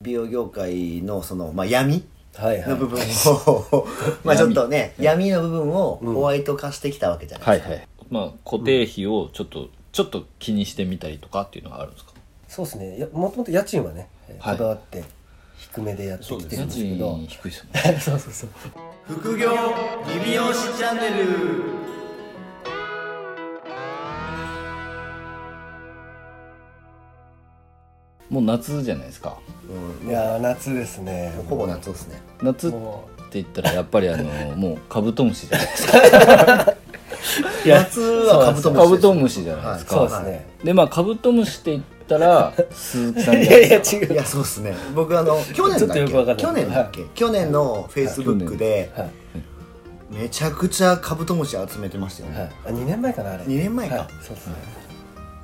NPO 業界のその、まあ、闇はいはいの部分を まあちょっとね闇の部分をうんホワイト化してきたわけじゃないではいすか、はいまあ固定費をちょっと、ちょっと気にしてみたりとかっていうのがあるんですかそうですねいやもともと家賃はねえーはいこだわって低めでやってきてるんですけど家賃低いですもんそうそうそう副業リビオシチャンネルもう夏じゃないですかいやー夏ですねほぼ夏ですね夏っても言ったらやっぱりあのもうカブトムシじゃないですかいや夏はカブトムカシブですトムシじゃないですうか、そうですねでまあカブトムシって言ったら鈴木さんいじゃないやいやですか違ういやそうですね僕あの去年だっちけょっとよくわかんない去年だっけ、去年のフェイスブックではいめちゃくちゃカブトムシ集めてましたよね、はいあ二年前かなあれ二年前かはいそうですね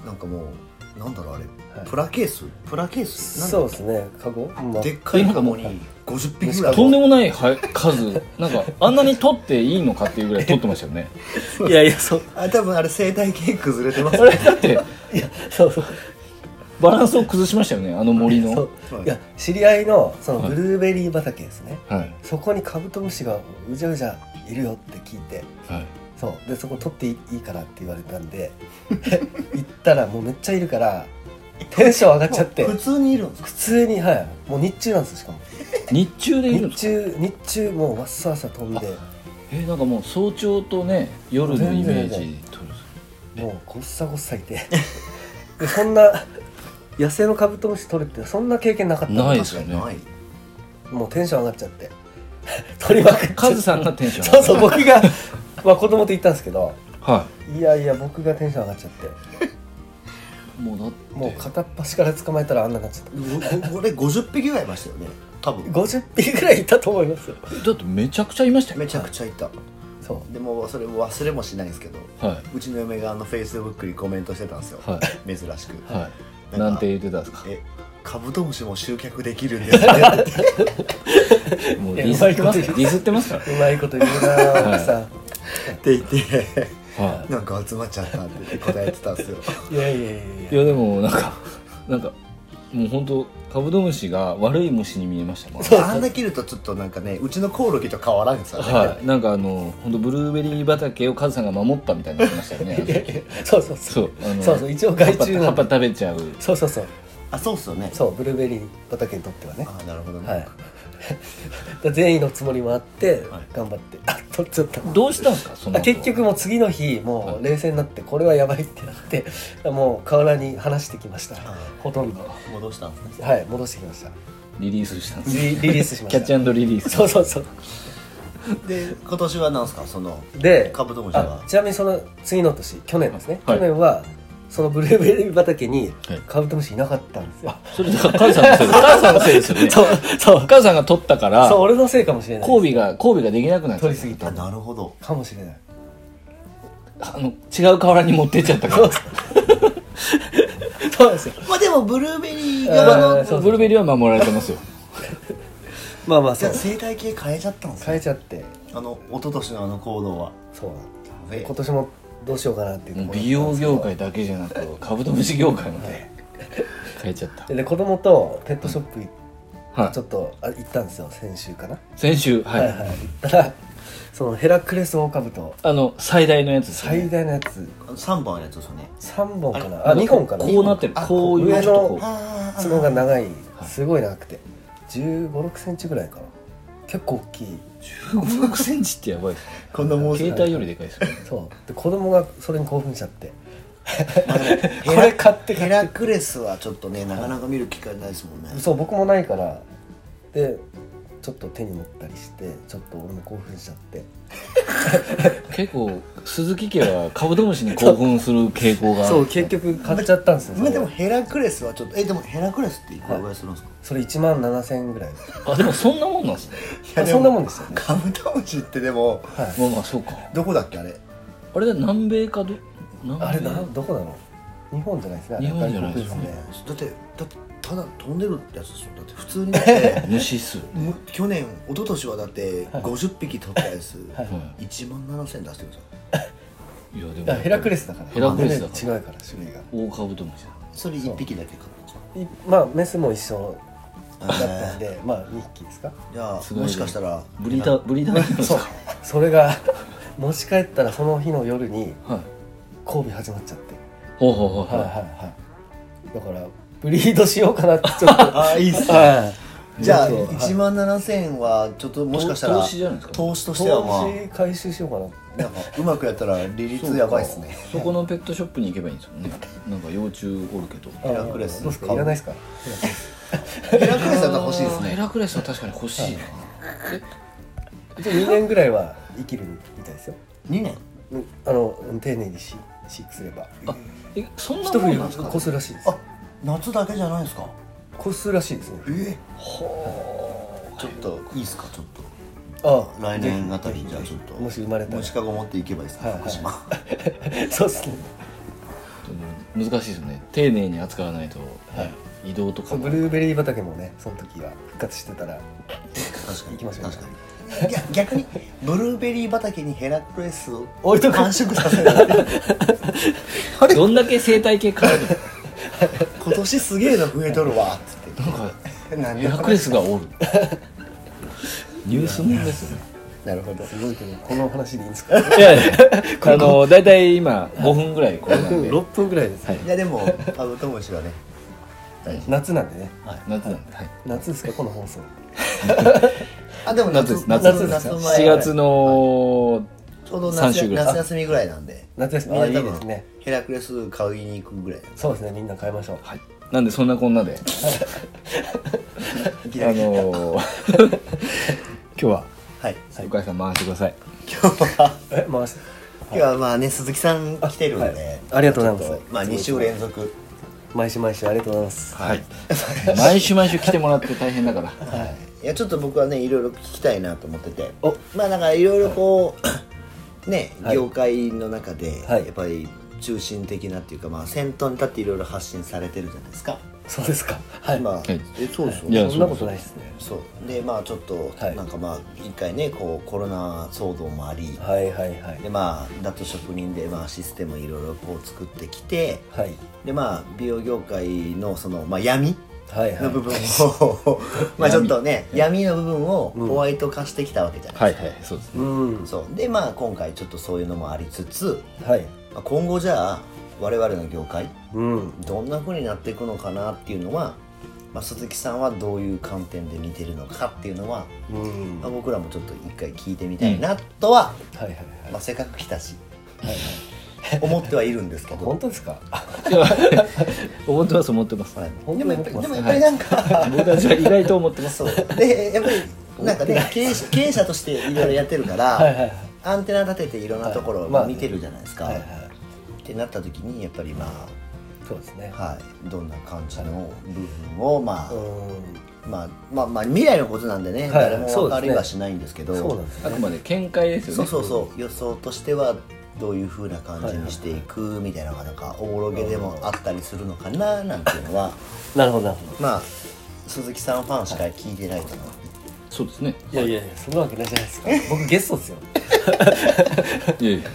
なんかもうなんだろうあれ、はいプラケースプラケースなんだそうですねカゴまあでっかいカゴに50匹ぐらいとんでもないは数なんかあんなに取っていいのかっていうぐらい取ってましたよねいやいやそうあ多分あれ生態系崩れてますあれだっていやそうそうバランスを崩しましたよねあの森のそうはいいや知り合いのそのはいブルーベリー畑ですね、はいそこにカブトムシがうじゃうじゃいるよって聞いてはいそうでそこ取っていいからって言われたんで 行ったらもうめっちゃいるからテンション上がっちゃって 普通にいるんですか普通にはいもう日中なんですしかも日中でいるん日ですか中日中もうわっさわっさ飛んでえなんかもう早朝とね夜のイメージ取るもうごっさごっさいて でそんな野生のカブトムシ取るってそんな経験なかったのないですよ確かねにもうテンション上がっちゃって 取りまくっちゃってカズさんがテンションそう上そうがる僕がまあ子供と行ったんですけどはいやいや僕がテンション上がっちゃっていもうだってもう片っ端から捕まえたらあんなになっちゃっないこれ50匹ぐらいいましたよね多た分50匹ぐらいいたと思いますよだってめちゃくちゃいましたよめちゃくちゃいたそうでもそれも忘れもしないんですけどはうちの嫁があのフェイスブックにコメントしてたんですよ、は珍しく、いなはいんかなんて言ってたんですかえカブトムシも集客できるんですねってもういデやィスってますうまいこと言うディスっうまいこと言うてますかなはい奥さん、って言って らはいなんか集まっちゃったって答えてたんですよい、やいやいいやいややでもなんか なんかもう本当カブトムシが悪い虫に見えましたもんあんだけいるとちょっとなんかねうちのコオロギと変わらんですよね、はいなんかあの本当ブルーベリー畑をカズさんが守ったみたいになってましたよねそうそうそそううあのそうそう一応害虫葉なんでっぱ葉っぱ食べちゃうそうそうそうあそうっすよねそうブルーベリー畑にとってはねあなるほどね、はい だ善意のつもりもあってはい頑張ってあ取っちゃったどうしたんですかそのあ後結局もう次の日もう冷静になってこれはやばいってなってもう河原に話してきましたあほとんど戻したんですねはい戻してきましたリリースしたんですリリリースしまキしャたッチリリースそうそうそうで今年はなんすかそのでカブトムシあはちなみにその次の年去年ですね、はい去年はそのブルーベリー畑にはいカブトムシいなかったんですよ、それだからカズさんのせいですカズさんのせいですよねそうそうカズさんが取ったからそう俺のせいかもしれない交尾が交尾ができなくなっちゃ取っりすぎあたなるほどかもしれないたあの違う河原に持ってっちゃった かそうらそうそうですよまあでもブルーベリーあがのそうブルーベリーは守られてますよまあまあじそゃあう生態系変えちゃったんです変えねちゃってあの一昨年のあの行動はそうなんえ今年もどうしようかなっていうところ美容業界だけじゃなくカブトムシ業界まで変えちゃった、で子供とペットショップ行っはちょっとあ行ったんですよ先週かな、い、先週はい、はいはい行ったらそのヘラクレスオオカブトあの最大のやつですよね最大のやつ3本のやつですよね3本かなああ二2本かなこうなってるあこういう上のちょっとこうあ角が長いはいすごい長くて1 5 6センチぐらいかな結構大きい1 5センチってや ばいですねこんなもう携帯よりでかいですよねそうで子供がそれに興奮しちゃってこ これ買ってヘ買っラクレスはちょっとねなかなか見る機会ないですもんねてそう僕もないからでちょっと手に持ったりしてちょっと俺も興奮しちゃって結構鈴木家はカブトムシに興奮する傾向があるそう結局買っちゃったんですよそまあれでもヘラクレスはちょっとえでもヘラクレスっていくらぐらいするんですか、それ1万7000円ぐらいあでもそんなもんなんですねいやそんなもんですよねカブトムシってでもはいまあまあそうかどこだっけあれあれ南米かど南米あれなどこなの日本じゃないですね日本じゃないですねねだってだってただ飛んでるやつですよだって普 通にだって虫 数、はむ去年一昨年はだって50匹取ったやつ、はい1万7000出してるんですよい、いやでもだからヘラクレスだからヘラクレスだ全か然ら違うから種類が大カブトムシだそれ1匹だけ買ったんですかいまあメスも一緒だったんで、まあ2 匹ですかいやすごいねもしかしたらブリーダーブリーダーなんですそうかそれが持ち帰ったらその日の夜にはい交尾始まっちゃってほうほうほうはいはいははいだからブリードしようかなってちょっと ああいいっすねはじゃあそうそう1万7000円はちょっといもしかしたら投資じゃないですか投資といしてはま投資回収しようかなあなんかうまくやったら利率やばいっすねそこのペットショップに行けばいいんですよねなんか幼虫おるけどヘラクレスどうですかいらないですかヘラクヘ レスラクレスだったら欲しいですあーヘねラクレスは確かに欲しいな一応2年ぐらいは生きるみたいですよ2年うんあのうん丁寧に飼飼育すればあえそんな一もん冬なんですか越すらしいですあ夏だけじゃないんですか越すらしいですねえほちょっといいっすかちょっとああ来年あたりじゃあぜひちょっともし生まれたら持ちかご持っていけばいいですはねいはい福島 そうですねう難しいですね丁寧に扱わないと、移動とそかうもブルーベリー畑もねその時は復活してたら確かに行きましょう確かにいや逆にブルーベリー畑にヘラクレスを置いとく繁殖させるあれどんだけ生態系変 わる今年すげえの増えとるわっつってのなんか何ヘラクレスがおる ニュースもんですねなるほどすごいけどこの話でいいんですか いやいやあの大体今5分ぐらいこれなんで6分ぐらいです、はいいやでもカブトムシはね大事夏なんでね 夏なんで、はい、夏ですかこの放送あでも夏夏です夏夏で夏す前7月のちょうど三夏週ぐらい夏休みぐらいなんで夏休みみんあないい多です分ねヘラクレス買いに行くぐらいそうですねみんな買いましょうはいなんでそんなこんな でいきあなりの ー今日は はいお母さん回してください。今日はえ回して今日はまあね鈴木さん来てるんで、はいありがとうございますちょっまあ2週連続毎週毎週ありがとうございますはい。毎週毎週来てもらって大変だから。いやちょっと僕はねいろいろ聞きたいなと思ってておまあなんかいろいろこう、ねはい業界の中でやはいっぱり中心的なっていうか、まあ、先頭に立っていろいろ発信されてるじゃないですか、そうですかはい、まあ、いえそうですよいやそんなことないですねそうでまあちょっと、はいなんかまあ一回ねこうコロナ騒動もあり、はいはいはいでまあだと職人で、まあ、システムいろいろこう作ってきてはいでまあ美容業界のその、まあ、闇はいはのい部分 をまあちょっとね闇の部分をうんホワイト化してきたわけじゃないはいですか、はい、そうですね。うんそうでまあ今回ちょっとそういうのもありつつ、はいまあ、今後じゃあ我々の業界うんどんな風になっていくのかなっていうのは、まあ、鈴木さんはどういう観点で見てるのかっていうのは、うんまあ、はい僕らもちょっと一回聞いてみたいなとは、はいはいまあ、せっかく来たし、 思ってはいるんですけど。本当ですか思ってます、思ってます。はい本で当もにや思っっぱりですもやってまぱりなんか、僕たちは意外と思ってます。そうでやっぱりなんかね経営者経営者としていろいろやってるから、はいはいはいアンテナ立てていろんなところはいまをあ見てるじゃないですか、はいっはてなった時にやっぱりまいそうですねあはいどんな感じの部分をまあ、うんまあまあまあ未来のことなんでね、い誰もそ分うですねかりはしないんですけどそうなんです あくまで見解ですよそね。うそうそう予想としてはどういう風な感じにしていくみたいなのがなんかおぼろげでもあったりするのかななんていうのはなるほどなるほどまあ鈴木さんファンしか聞いてないと思う、そうですね。いやいやいやそんなわけないじゃないですか僕ゲストですよ いやいや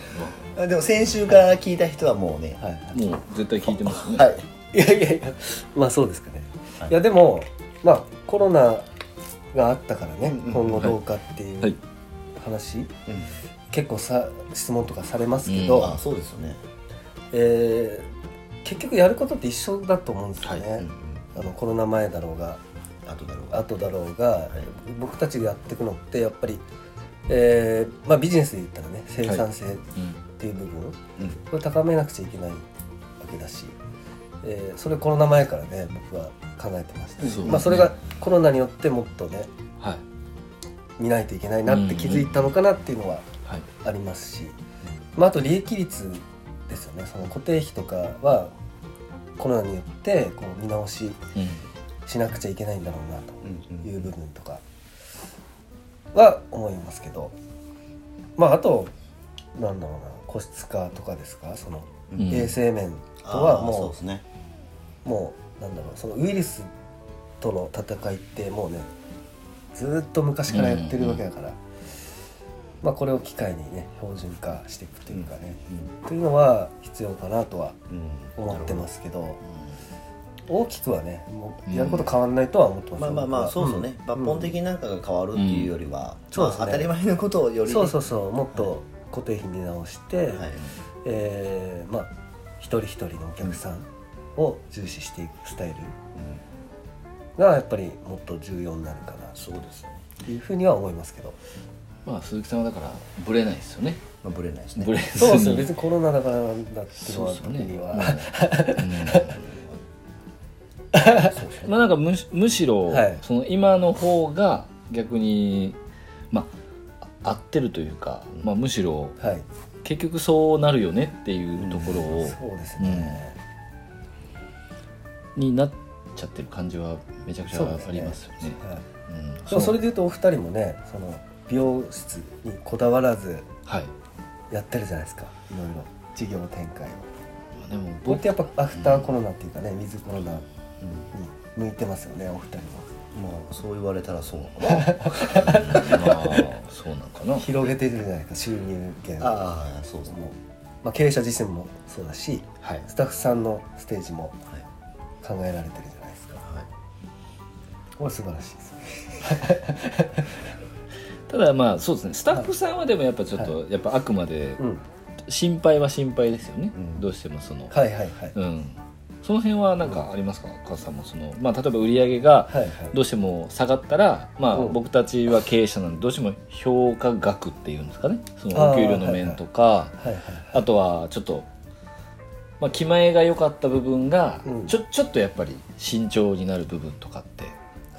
あでも先週から聞いた人はもうね、はいもう絶対聞いてますよね。はい、いやいやいやまあそうですかね、はいい、やでもまあコロナがあったからね、うんうん今後どうかっていはいう話、うん、結構さ質問とかされますけうど、あそうですよね、えー結局やることって一緒だと思うんですよね、うんうん、あのコロナ前だろうがあとだろうが後だろうが、僕たちがやっていくのってやっぱり、えーまあ、ビジネスで言ったらね生産性っていう部分、うんうんこれ高めなくちゃいけないわけだし、えーそれコロナ前からね僕は考えてましたしそうですねまあ、それがコロナによってもっとねはい。見ないといけないなって気づいたのかなっていうのははい。ありますし、まあ、あと利益率ですよねその固定費とかはコロナによってこう見直しうんしなくちゃいけないんだろうなとうんうんいう部分とかは思いますけどまああとなんだろうな個室化とかですかそのうん衛生面とあーはそうもですねう,、もうなんだろうそのウイルスとの戦いってもうねずーっと昔からやってるわけだから、まあ、これを機会にね標準化していくというかね、というのは必要かなとはうん、うん思ってますけどうん大きくはねもうやること変わらないとは思ってますまあよまあまあそうそうね、僕は抜本的になんかが変わるっていうよりは、うんまあそうですね当たり前のことをようりんね、そうそうそうもっと固定費見直して、はいえーまあ一人一人のお客さんを重視していくスタイルうんがやっぱりもっと重要になるかなそうですね、っていうふうには思いますけどまあ鈴木さんはだからブレないですよねまあ、ブレないですねブレずにそうですね別にコロナだからなんだっていうのは特そうそうねには、まあなんかむしむしろ、はいその今の方が逆にまああ合ってるというか、まあ、むしろ はい結局そうなるよねっていうところを、そうですね、になっちゃってる感じはめちゃくちゃそうありますよね。はいうんでもそれでいうとお二人もねその美容室にこだわらずはい、やってるじゃないですかいろいろ事業展開をまあでもこれっ僕てやっぱアフターコロナっていうかね、ウィズコロナに向いてますよねお二人もまあそう言われたら そうなのかなまあそうなんかな。広げてるじゃないですか収入源をああそうですねもうまあ、経営者自身もそうだしはいスタッフさんのステージもはい、考えられてるじゃないですかはい、これ素晴らしいですねただまあそうですねスタッフさんはでもやっぱちょっと、やっぱあくまでうん心配は心配ですよね、うんどうしてもその、はいはいはい、うんその辺は何かありますかカズさんもその、まあ、例えば売り上げがはいはいどうしても下がったら、まあ、うん僕たちは経営者なんでどうしても評価額っていうんですかねそあーのお給料の面とか、はいはいあとはちょっと、まあ、気前が良かった部分が、うんちょちょっとやっぱり慎重になる部分とかって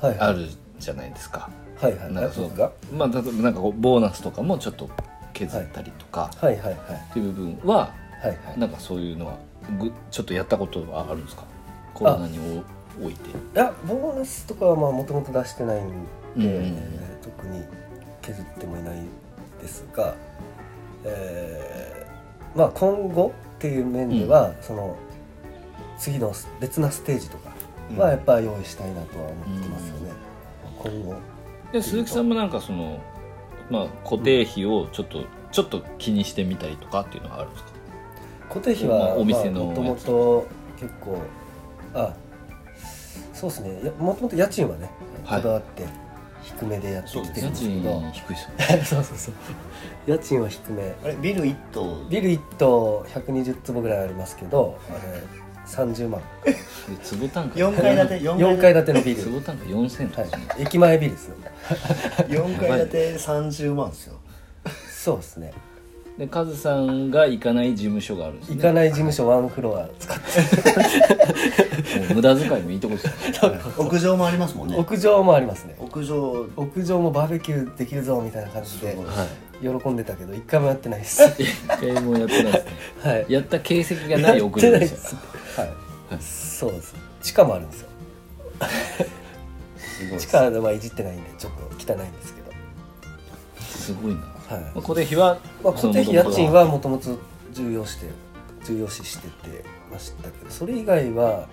はいあるじゃないですか。はいはいなんかそそううかまあ、例えばなんかこうボーナスとかもちょっと削ったりとか、はいはいはいっていう部分ははいはいなんかそういうのはぐちょっとやったことはあるんですかコロナにおおいて。いやボーナスとかはまあもともと出してないんで、うんえー特に削ってもいないですが、えーまあ、今後っていう面では、その次のス別なステージとかはやっぱ用意したいなとは思ってますよね、今後で鈴木さんもなんかその、まあ、固定費をちょっと、ちょっと気にしてみたりとかっていうのはあるんですか固定費まあはお店のもともと結構あそうですねもともと家賃はねこはいだわって低めでやってきてる家んですけ賃ど、低いですよ ねそうそうそう家賃は低めあれビル一棟ビル1棟120坪ぐらいありますけどあれ30万で坪単価4階建て4階建てのビル、坪単価4000円とかですね、はい、駅前ビルですよ4階建て30万ですよそうですねでカズさんが行かない事務所があるんですね行かない事務所ワンフロア使ってもう無駄遣いもいいとこですよ屋上もありますもんね屋上もありますね屋上屋上もバーベキューできるぞみたいな感じでそう喜んでたけど一回もやってないですはい一回もやってないですねややった形跡がないっ送てりないでですすよはいそうです地下もあるんですよすごい地下はまあいじってないんでちょっと汚いんですけど、すごいな、まはいあ、固定費は、まあ、固定費その元家々賃はもともと重要して重要視しててましたけどそれ以外は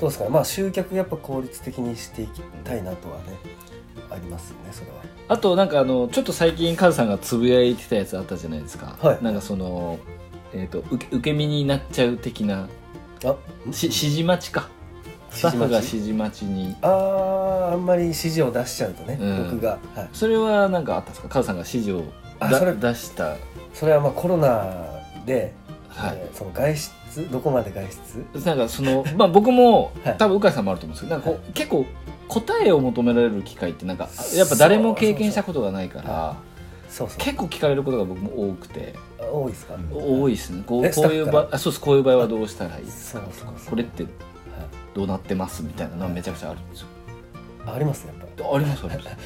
どうですかねまあ集客やっぱ効率的にしていきたいなとはねありますよねそれはあとなんかあのちょっと最近カズさんがつぶやいてたやつあったじゃないですか、はいなんかその、えー、と受け受け身になっちゃう的なあし指示待ちかスタッフが指示待ちにあーあんまり指示を出しちゃうとね、うん僕が、はい、それはなんかあったんですかカズさんが指示をあだそれ出したはい、それはまあコロナで、えーその外出どこまで外出なんかそのまあ僕も、 はい多分鵜飼さんもあると思うんですけどなんかこう、結構答えを求められる機会ってなんかやっぱ誰も経験したことがないからそうそう結構聞かれることが僕も多くてあ多いですか、うん多いですねこうえこういスタッうフか場あそうですこういう場合はどうしたらいいですそかうとそうかそうこれってはいどうなってますみたいなのはめちゃくちゃあるんですよありますねやっぱ ありますあります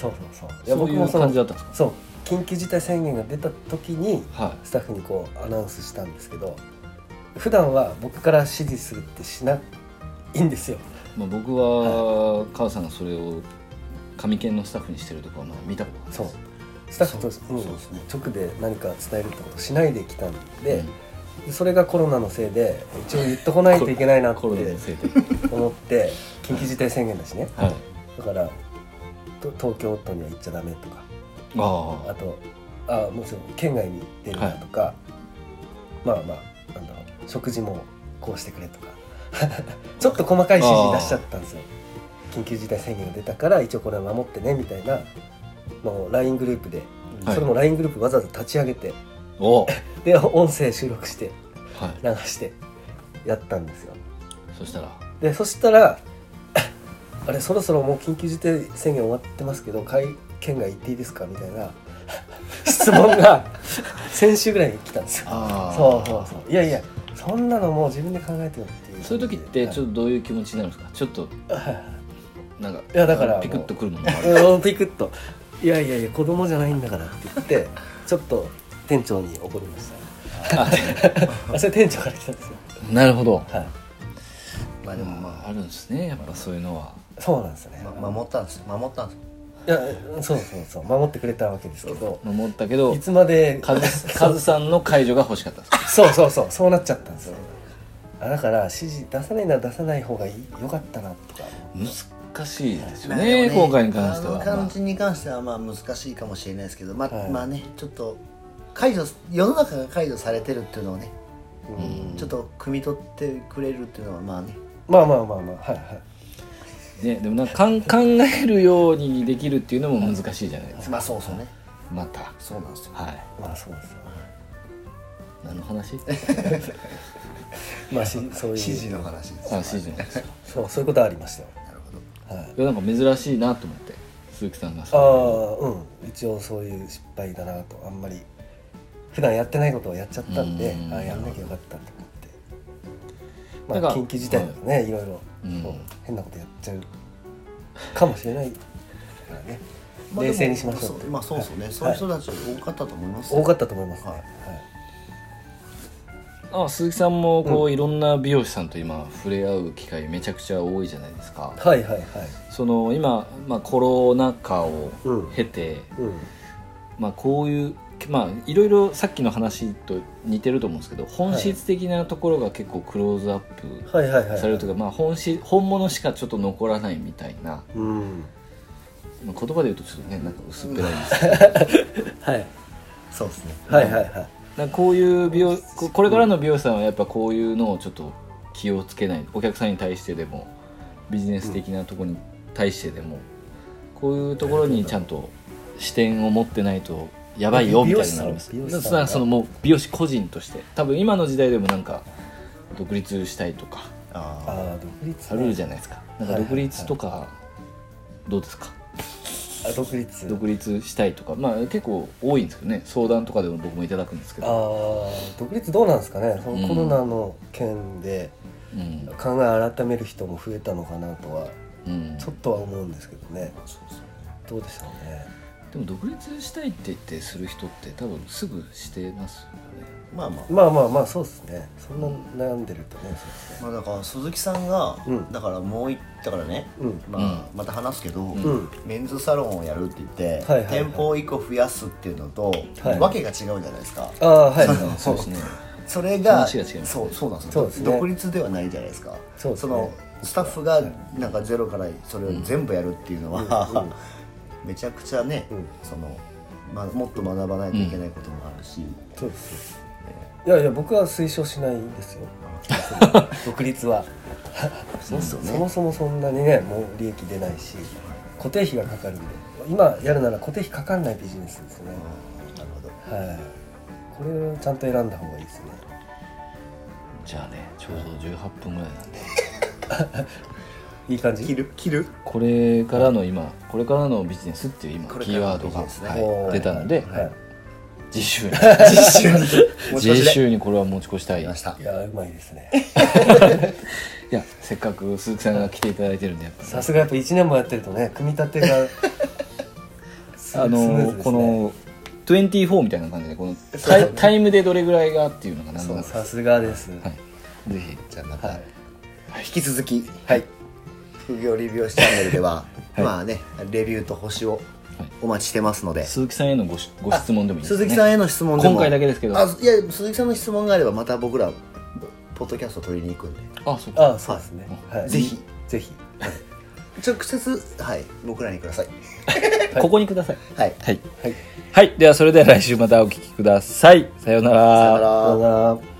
そうそうそういそやう僕いもうその感じだったんですそう緊急事態宣言が出た時にかはいスタッフにこうアナウンスしたんですけど普段は僕から指示するってしないんですよまあ、僕は母さんがそれを紙犬のスタッフにしてるとこはまだ見たことないですそうスタッフとそううんそうですね直で何か伝えるってことしないできたんで、それがコロナのせいで一応言っとこないといけないなってコロナのせいで、思って緊急事態宣言だしねはい、だからと東京都には行っちゃダメとかああとあもちろん県外に出るなとか、まあまあなんだろう食事もこうしてくれとか ちょっと細かい指示出しちゃったんですよ緊急事態宣言が出たから一応これは守ってねみたいなもう LINE グループで、はいそれも LINE グループわざわざ立ち上げておはいで音声収録して流してやったんですよそしたらでそしたら あれそろそろもう緊急事態宣言終わってますけど会県外行っていいですかみたいな 質問が 先週ぐらいに来たんですよあそうそうそういやいやそんなのもう自分で考えてよっていうそういう時ってちょっっとどういう気持ちになるんですかちょっと と、はいはいなんかいやだからピクッとくるものがあるうんピクッと「いやいやいや子供じゃないんだから」って言ってちょっと店長に怒りました あそれ店長から来たんですよなるほどはいまあでもまあるんですねやっぱそういうのはそうなんですね、あ、ま、守ったんです守ったんですいやそうそうそう守ってくれたわけですけど思ったけどいつまでカズ カズさんの解除が欲しかったんですかそうそうそうそうなっちゃったんですよあだから指示出さないなら出さない方がいいよかったなとか難しいですよまあでねも今回に関してあはの感じに関してはまあ難しいかもしれないですけどま,、はいまあねちょっと解除世の中が解除されてるっていうのをね、うんちょっと汲み取ってくれるっていうのはまあねまあまあまあまあはいはいね、でもなんかかん考えるようにできるっていうのも難しいじゃないですかまあそうそうねまたそうなんですよはいまあそうですよ何の話まあしそ指ういう示の話ですあ指示の話ですかそうそういうことはありましたよなるほどはいいやなんか珍しいなと思って鈴木さんがあそうあうん一応そういう失敗だなとあんまり普段やってないことをやっちゃったんでうんああやんなきゃよかったと思ってなまんあか緊急事態だとね、い、ろいろ、うんそう変なことやっちゃうかもしれないからねまあ冷静にしましょでうもそうまあそうですよね、はいそういう人たち多かったと思いますよ多かったと思いますね、ははいいあ鈴木さんもこう、いろんな美容師さんと今触れ合う機会めちゃくちゃ多いじゃないですかはい、はいはいその今、まあ、コロナ禍をうん経て、うんまあ、こういうまあいろいろさっきの話と似てると思うんですけど本質的なところが結構クローズアップはいはいはいされるというか、まあ、本質本物しかちょっと残らないみたいなうんまあ言葉で言うとちょっとねなんか薄っぺらいんですけどはいそうですねはいはいはいなんかこういう美容ここれからの美容師さんはやっぱこういうのをちょっと気をつけないお客さんに対してでもビジネス的なところに対してでもこういうところにちゃんと視点を持ってないとやばいよみたいになります美容師さん美だ容師さんがからそのもう美容師個人として多分今の時代でもなんか独立したいとかあああ独立あねるじゃないですかなんか独立とかどうですかあ独立独立したいとかまあ結構多いんですけどね相談とかでも僕もいただくんですけあど、ー独立どうなんですかねそうんのコロナの件でうん考え改める人も増えたのかなとはうん、ちょっとは思うんですけどねあそうそうどうでしょうねでも独立したいって言ってする人って多分すぐしてますよねまあまあまあまあまあそうですねそんな悩んでるとねそうですねまあだから鈴木さんが、うんだからもういだからね、うんまあ、また話すけど、んメンズサロンをやるって言って、はいはいはい店舗を1個増やすっていうのと、はいわけが違うじゃないですかああはいそうですねそれが話が違いますそうそうなんですよそうですね独立ではないじゃないですかそうですねのスタッフがなんかゼロからそれを全部やるっていうのは、めちゃくちゃね、うんそのまあ、もっと学ばないといけないこともあるし、そうですいやいや僕は推奨しないんですよ独立はそうですよそもね、そもそんなにねもう利益出ないし固定費がかかるんで今やるなら固定費かかんないビジネスですね、うんなるほどはいこれをちゃんと選んだ方がいいですねじゃあねちょうど18分ぐらいなんでいい感じる切るこれからの今これからのビジネスっていう今これキかーらワーのドビジが、ネスねはい、出たので、は次週 に実 習に持ち越し次で週にこれは持ち越したいいましたい、いやうまいですねやせっかく鈴木さんが来ていただいてるんでやっぱさすがやっぱ1年もやってるとね組み立てがス あのスムーズですねこの24みたいな感じでこのタイタイムでどれぐらいがっていうのがなんとそなうくさすがです、はい、ぜひじゃあまた、はい引き続き、はい、副業リビューチャンネルで は、まあねレビューと星をお待ちしてますので、鈴木さんへのごしご質問でもいいですね鈴木さんへの質問でも今回だけですけどあいや鈴木さんの質問があればまた僕らポッドキャスト取りに行くんであそうかあそうですね、はい、ぜひぜひ直接はい僕らにくださいここにくださいはいはい、はいはい、ではそれでは来週またお聞きください。さようなら。さよならさようなら